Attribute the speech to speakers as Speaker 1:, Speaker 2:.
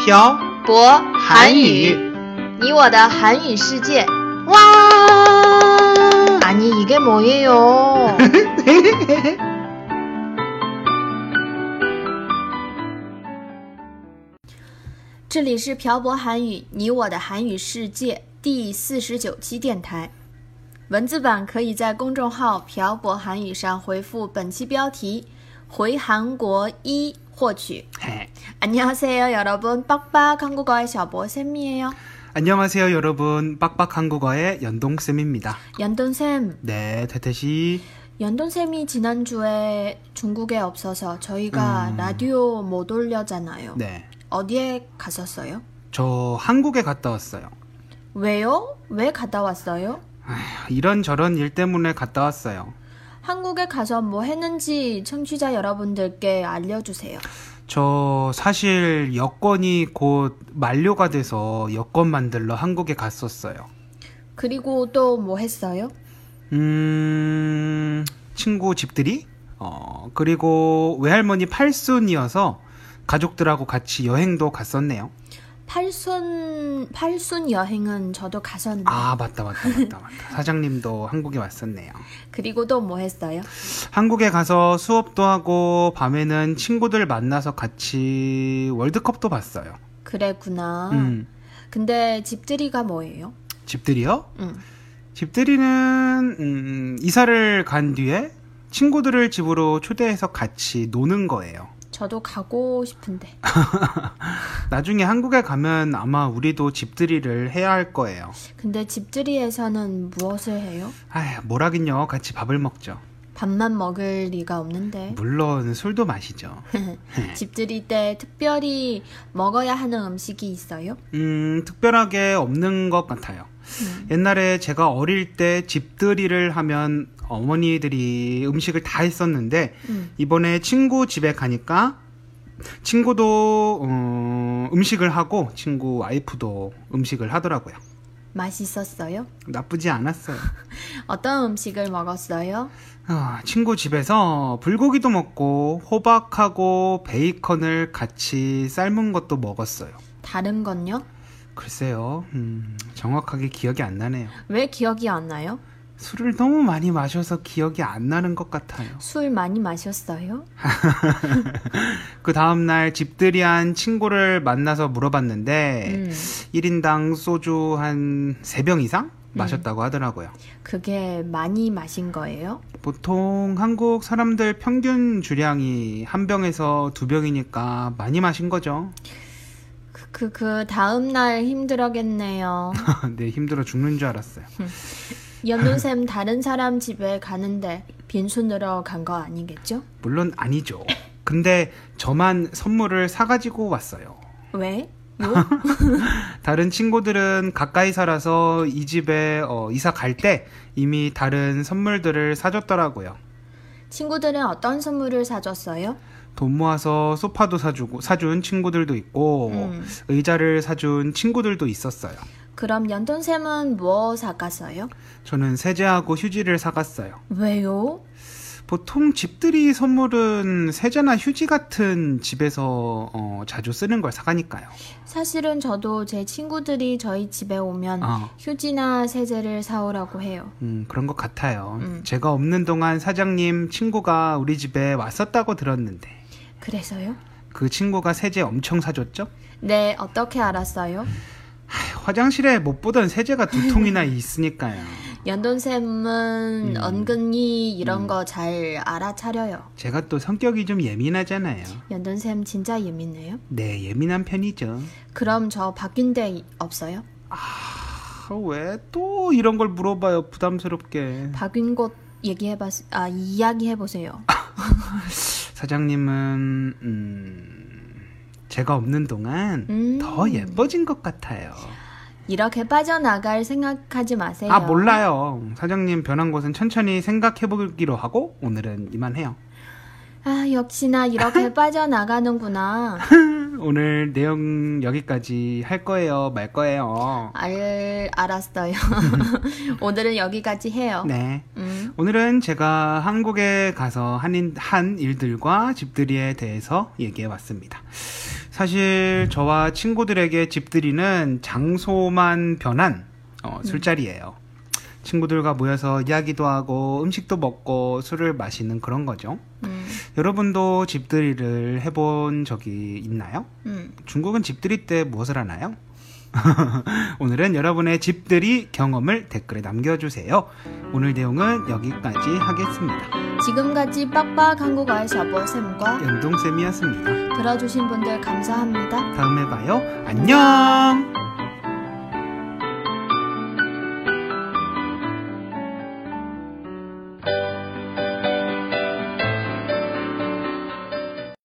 Speaker 1: 朴
Speaker 2: 博
Speaker 1: 韩语
Speaker 2: 你我的韩语世界。
Speaker 1: 哇！啊
Speaker 2: 아니 이게 뭐예요?这里是漂泊韩语，你我的韩语世界第四十九期电台。文字版可以在公众号“漂泊韩语”上回复本期标题“回韩国一”获取。
Speaker 1: 네.
Speaker 2: 안녕하세요여러분빡빡한국어의小博쌤이에요
Speaker 1: 안녕하세요, 여러분. 빡빡 한국어의 연동쌤입니다.
Speaker 2: 연돈 쌤.
Speaker 1: 네, 태태씨.
Speaker 2: 연돈 쌤이 지난주에 중국에 없어서 저희가
Speaker 1: 음.
Speaker 2: 라디오 못 올렸잖아요.
Speaker 1: 네.
Speaker 2: 어디에 갔었어요?
Speaker 1: 저 한국에 갔다 왔어요.
Speaker 2: 왜요? 왜 갔다 왔어요?
Speaker 1: 아휴, 이런저런 일 때문에 갔다 왔어요.
Speaker 2: 한국에 가서 뭐 했는지 청취자 여러분들께 알려주세요.
Speaker 1: 저 사실 여권이 곧 만료가 돼서 여권 만들러 한국에 갔었어요.
Speaker 2: 그리고 또 뭐 했어요?
Speaker 1: 음, 친구 집들이? 어, 그리고 외할머니 팔순이어서 가족들하고 같이 여행도 갔었네요.
Speaker 2: 팔순 팔순 여행은 저도 갔었는데
Speaker 1: 아, 맞다, 맞다, 맞다, 맞다. 사장님도 한국에 왔었네요.
Speaker 2: 그리고 또 뭐 했어요?
Speaker 1: 한국에 가서 수업도 하고, 밤에는 친구들 만나서 같이 월드컵도 봤어요.
Speaker 2: 그랬구나.
Speaker 1: 음,
Speaker 2: 근데 집들이가 뭐예요?
Speaker 1: 집들이요?
Speaker 2: 음.
Speaker 1: 집들이는, 음, 이사를 간 뒤에 친구들을 집으로 초대해서 같이 노는 거예요.
Speaker 2: 저도 가고 싶은데.
Speaker 1: 나중에 한국에 가면 아마 우리도 집들이를 해야 할 거예요.
Speaker 2: 근데 집들이에서는 무엇을 해요?
Speaker 1: 아휴, 뭐라긴요. 같이 밥을 먹죠.
Speaker 2: 밥만 먹을 리가 없는데.
Speaker 1: 물론 술도 마시죠.
Speaker 2: 집들이 때 특별히 먹어야 하는 음식이 있어요?
Speaker 1: 음, 특별하게 없는 것 같아요. 옛날에 제가 어릴 때 집들이를 하면 어머니들이 음식을 다 했었는데,
Speaker 2: 음.
Speaker 1: 이번에 친구 집에 가니까, 친구도, 어, 음식을 하고, 친구 와이프도 음식을 하더라고요.
Speaker 2: 맛있었어요?
Speaker 1: 나쁘지 않았어요.
Speaker 2: 어떤 음식을 먹었어요?
Speaker 1: 아, 친구 집에서 불고기도 먹고 호박하고 베이컨을 같이 삶은 것도 먹었어요.
Speaker 2: 다른 건요?
Speaker 1: 글쎄요, 음, 정확하게 기억이 안 나네요.
Speaker 2: 왜 기억이 안 나요?
Speaker 1: 술을 너무 많이 마셔서 기억이 안 나는 것 같아요.
Speaker 2: 술 많이 마셨어요?
Speaker 1: 그 다음날 집들이한 친구를 만나서 물어봤는데,
Speaker 2: 음,
Speaker 1: 1인당 소주 한 3병 이상 마셨다고 하더라고요.
Speaker 2: 그게 많이 마신 거예요?
Speaker 1: 보통 한국 사람들 평균 주량이 한 병에서 두 병이니까 많이 마신 거죠.
Speaker 2: 그, 그, 그 다음 날 힘들었겠네요.
Speaker 1: 네, 힘들어 죽는 줄 알았어요.
Speaker 2: 연돈쌤 다른 사람 집에 가는데 빈손으로 간 거 아니겠죠?
Speaker 1: 물론 아니죠. 근데 저만 선물을 사가지고 왔어요.
Speaker 2: 왜?
Speaker 1: 다른 친구들은 가까이 살아서 이 집에 어, 이사 갈 때 이미 다른 선물들을 사줬더라고요.
Speaker 2: 친구들은 어떤 선물을 사줬어요?
Speaker 1: 돈 모아서 소파도 사주고 사준 친구들도 있고
Speaker 2: 음.
Speaker 1: 의자를 사준 친구들도 있었어요.
Speaker 2: 그럼 연돈쌤은 뭐 사갔어요?
Speaker 1: 저는 세제하고 휴지를 사갔어요.
Speaker 2: 왜요?
Speaker 1: 보통 집들이 선물은 세제나 휴지 같은 집에서 어, 자주 쓰는 걸 사가니까요.
Speaker 2: 사실은 저도 제 친구들이 저희 집에 오면
Speaker 1: 어.
Speaker 2: 휴지나 세제를 사오라고 해요.
Speaker 1: 음, 그런 것 같아요.
Speaker 2: 음.
Speaker 1: 제가 없는 동안 사장님 친구가 우리 집에 왔었다고 들었는데
Speaker 2: 그래서요?
Speaker 1: 그 친구가 세제 엄청 사줬죠?
Speaker 2: 네, 어떻게 알았어요?
Speaker 1: 아휴, 화장실에 못 보던 세제가 두 통이나 있으니까요.
Speaker 2: 연돈쌤은
Speaker 1: 음.
Speaker 2: 은근히 이런 거 잘 알아차려요.
Speaker 1: 제가 또 성격이 좀 예민하잖아요.
Speaker 2: 연돈쌤 진짜 예민해요?
Speaker 1: 네, 예민한 편이죠.
Speaker 2: 그럼 저 바뀐 데 이- 없어요?
Speaker 1: 아, 왜 또 이런 걸 물어봐요, 부담스럽게.
Speaker 2: 바뀐 곳 얘기해봤, 아, 이야기해보세요.
Speaker 1: 사장님은, 음, 제가 없는 동안
Speaker 2: 음.
Speaker 1: 더 예뻐진 것 같아요.
Speaker 2: 이렇게 빠져나갈 생각하지 마세요.
Speaker 1: 아, 몰라요. 사장님 변한 것은 천천히 생각해보기로 하고 오늘은 이만해요.
Speaker 2: 아, 역시나 이렇게 빠져나가는구나.
Speaker 1: 오늘 내용 여기까지 할 거예요, 말
Speaker 2: 아,
Speaker 1: 거예요.
Speaker 2: 알, 알았어요. 오늘은 여기까지 해요.
Speaker 1: 네.
Speaker 2: 음,
Speaker 1: 오늘은 제가 한국에 가서 한, 인- 한 일들과 집들이에 대해서 얘기해 봤습니다. 사실 저와 친구들에게 집들이는 장소만 변한 어, 술자리예요. 친구들과 모여서 이야기도 하고 음식도 먹고 술을 마시는 그런 거죠.
Speaker 2: 음,
Speaker 1: 여러분도 집들이를 해본 적이 있나요?
Speaker 2: 음,
Speaker 1: 중국은 집들이 때 무엇을 하나요? 오늘은 여러분의 집들이 경험을 댓글에 남겨주세요. 오늘 내용은 여기까지 하겠습니다.
Speaker 2: 지금까지 빡빡한 국어의 샤버쌤과
Speaker 1: 연동쌤이었습니다.
Speaker 2: 들어주신 분들 감사합니다.
Speaker 1: 다음에 봐요. 안녕!